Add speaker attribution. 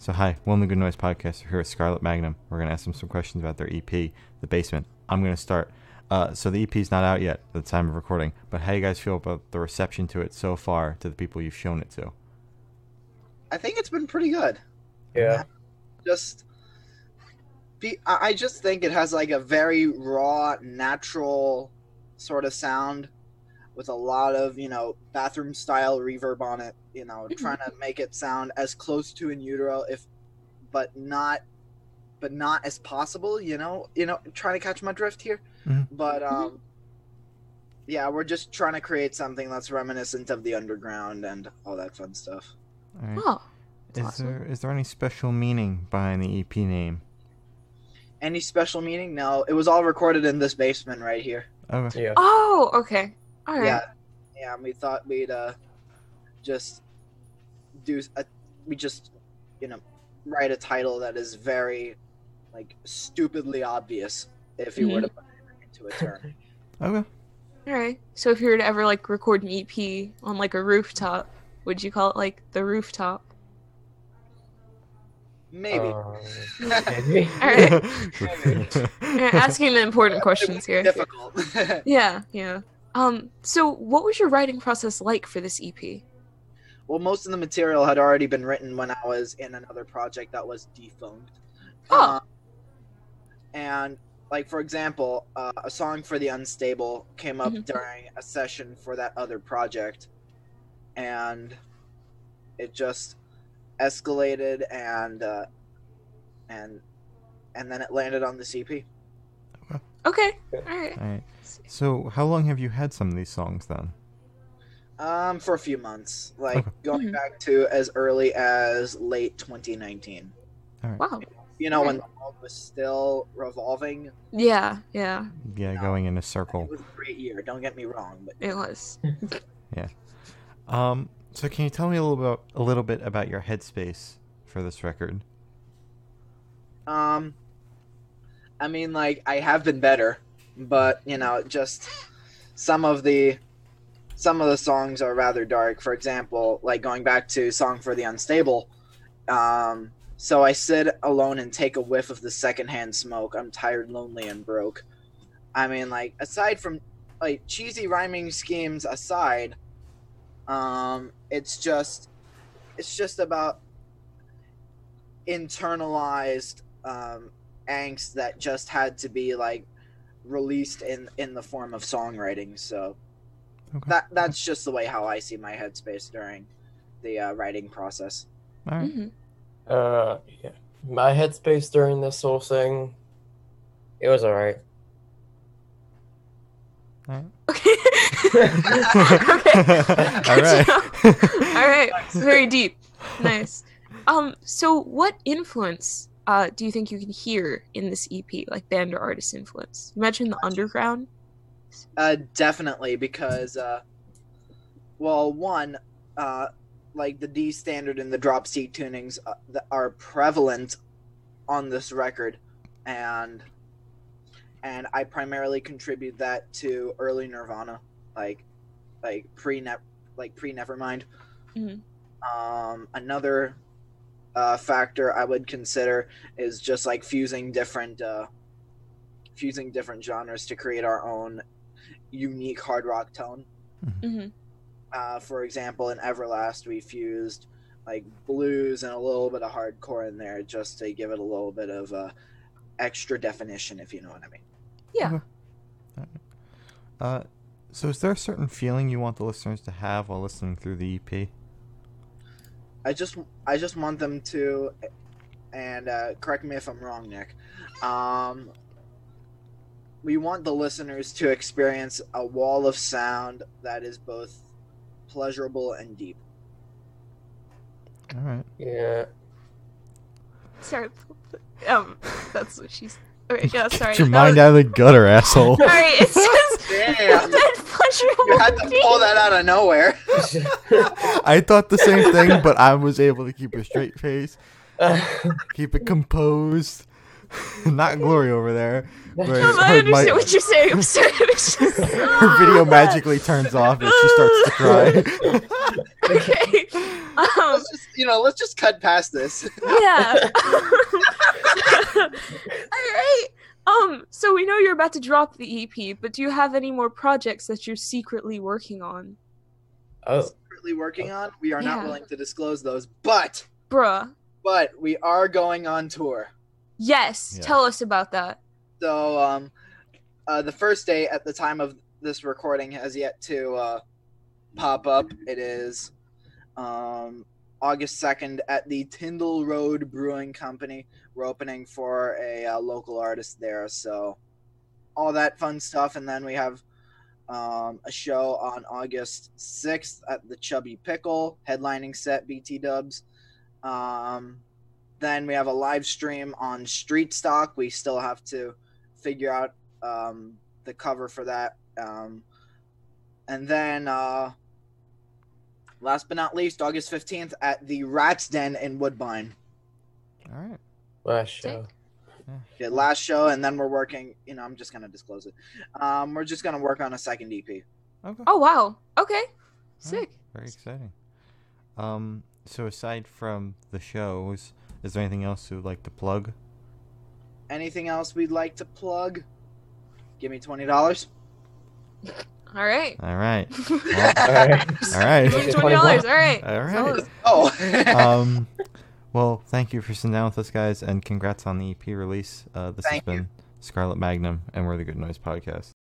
Speaker 1: So, hi, One Good Noise Podcast. We're here with Scarlet Magnum. We're going to ask them some questions about their EP, The Basement. I'm going to start. Uh, so, the EP's not out yet at the time of recording, but how you guys feel about the reception to it so far to the people you've shown it to?
Speaker 2: I think it's been pretty good.
Speaker 3: Yeah.
Speaker 2: Just be, I I just think it has like a very raw, natural sort of sound with a lot of, you know, bathroom style reverb on it, you know, trying to make it sound as close to in utero if but not but not as possible, you know. You know, trying to catch my drift here.
Speaker 1: Mhm.
Speaker 2: But um yeah, we're just trying to create something that's reminiscent of the underground and all that fun stuff.
Speaker 1: All right.
Speaker 4: Oh,
Speaker 1: is,
Speaker 4: awesome.
Speaker 1: there, is there any special meaning behind the EP name?
Speaker 2: Any special meaning? No, it was all recorded in this basement right here.
Speaker 1: Okay.
Speaker 3: Yeah.
Speaker 4: oh, okay. All right.
Speaker 2: Yeah, yeah. and We thought we'd uh, just do. A, we just, you know, write a title that is very, like, stupidly obvious if you were
Speaker 4: Mm-hmm.
Speaker 2: to put it into a term.
Speaker 1: Okay.
Speaker 4: All right. So if you were to ever like record an EP on like a rooftop, would you call it like the rooftop?
Speaker 2: Maybe.
Speaker 3: Um, maybe.
Speaker 4: All right. You're
Speaker 1: Ask
Speaker 4: asking the important
Speaker 2: It
Speaker 4: questions
Speaker 2: was
Speaker 4: here.
Speaker 2: Difficult.
Speaker 4: Yeah, yeah. Um, so what was your writing process like for this E EP?
Speaker 2: well, most of the material had already been written when I was in another project that was defunct.
Speaker 4: Oh.
Speaker 2: Um, and like for example, uh, a song for the unstable came up
Speaker 4: Mhm.
Speaker 2: during a session for that other project, and it just escalated and uh, and and then it landed on the CP.
Speaker 4: Okay. All right.
Speaker 1: All right. So, how long have you had some of these songs then?
Speaker 2: Um, for a few months, like
Speaker 1: Okay.
Speaker 2: going
Speaker 4: Mhm.
Speaker 2: back to as early as late 2019.
Speaker 4: Wow.
Speaker 2: You know, when the world was still revolving.
Speaker 4: Yeah, yeah.
Speaker 1: Yeah,
Speaker 2: No.
Speaker 1: going in a
Speaker 2: It
Speaker 1: circle.
Speaker 2: was a great year. Don't get me wrong, but
Speaker 4: It was.
Speaker 1: Um, so, can you tell me a little about a little bit about your headspace for this record?
Speaker 2: Um, I mean, like I have been better, but you know, just some of the some of the songs are rather dark. For example, like going back to "Song for the Unstable." Um, so I sit alone and take a whiff of the secondhand smoke. I'm tired, lonely, and broke. I mean, like aside from like cheesy rhyming schemes aside, um, it's just it's just about internalized um, angst that just had to be like released in in the form of songwriting. So
Speaker 1: Okay.
Speaker 2: that that's just the way how I see my headspace during the uh, writing process.
Speaker 1: All right.
Speaker 4: Mhm.
Speaker 3: Uh, yeah. My headspace during this whole thing, it was all right.
Speaker 1: All right.
Speaker 4: Okay. okay.
Speaker 1: All right.
Speaker 4: All right. Very deep. Nice. Um, so what influence uh, do you think you can hear in this EP, like band or artist influence? You mentioned the underground.
Speaker 2: Uh, definitely because uh, well, one uh, like the D standard and the drop C tunings uh, that are prevalent on this record, and and I primarily contribute that to early Nirvana, like like pre net like pre Nevermind.
Speaker 4: Mhm.
Speaker 2: Um, another uh, factor I would consider is just like fusing different uh, fusing different genres to create our own unique hard rock tone
Speaker 4: Mhm.
Speaker 2: uh, for example, in Everlast, we fused like blues and a little bit of hardcore in there just to give it a little bit of uh, extra definition, if you know what I mean.
Speaker 1: Uh, so, is there a certain feeling you want the listeners to have while listening through the E EP?
Speaker 2: I just, I just want them to, and uh, correct me if I'm wrong, Nick. Um, we want the listeners to experience a wall of sound that is both pleasurable and deep.
Speaker 1: All right.
Speaker 3: Yeah.
Speaker 4: Sorry. Um, that's what she's. Okay, yeah, sorry.
Speaker 1: Get your
Speaker 4: that
Speaker 1: mind
Speaker 4: was-
Speaker 1: out of the gutter, asshole.
Speaker 4: All right, it's just
Speaker 2: Damn,
Speaker 4: that pleasurable.
Speaker 2: you had to pull that out of nowhere.
Speaker 1: I thought the same thing, but I was able to keep a straight face, keep it composed. Not glory over there. Where
Speaker 4: No, but I
Speaker 1: her, mi-
Speaker 4: understand what you're saying. I'm sorry. It's just-
Speaker 1: her video magically turns off and she starts to cry.
Speaker 4: okay. Um,
Speaker 2: Let's just, you know, let's just cut past this.
Speaker 4: yeah. All right. Um, so we know you're about to drop the EP, but do you have any more projects that you're secretly working on?
Speaker 3: Oh,
Speaker 2: Currently working on. We are
Speaker 4: Yeah.
Speaker 2: not willing to disclose those, but
Speaker 4: Bruh.
Speaker 2: but we are going on tour.
Speaker 4: Yes,
Speaker 1: Yeah.
Speaker 4: tell us about that.
Speaker 2: So um, uh, the first day at the time of this recording has yet to uh, pop up. It is um, August second at the Tyndall Road Brewing Company. We're opening for a uh, local artist there, so all that fun stuff. And then we have um, a show on August sixth at the Chubby Pickle, headlining set BT Dubs. Um, then we have a live stream on Street Stock. We still have to figure out um, the cover for that. Um, and then, uh, last but not least, August 15th at the Rat's Den in Woodbine.
Speaker 1: All right.
Speaker 3: last show.
Speaker 2: The last show, and then we're working. You know, I'm just going to disclose it. Um, we're just going to work on a second E EP.
Speaker 1: Okay.
Speaker 4: Oh wow. Okay. Sick.
Speaker 1: Very exciting. Um, so aside from the shows, is there anything else you'd like to plug?
Speaker 2: Anything else we'd like to plug? Give me $20.
Speaker 4: All right.
Speaker 1: All right.
Speaker 4: Give
Speaker 1: Well,
Speaker 3: All right.
Speaker 1: all right.
Speaker 4: me twenty dollars. All right.
Speaker 1: All right.
Speaker 4: Solid.
Speaker 2: Oh.
Speaker 1: Um, well, thank you for sitting down with us, guys, and congrats on the EP E release. Uh, this
Speaker 2: Thank
Speaker 1: has been Scarlet Magnum, and we're the Good Noise Podcast.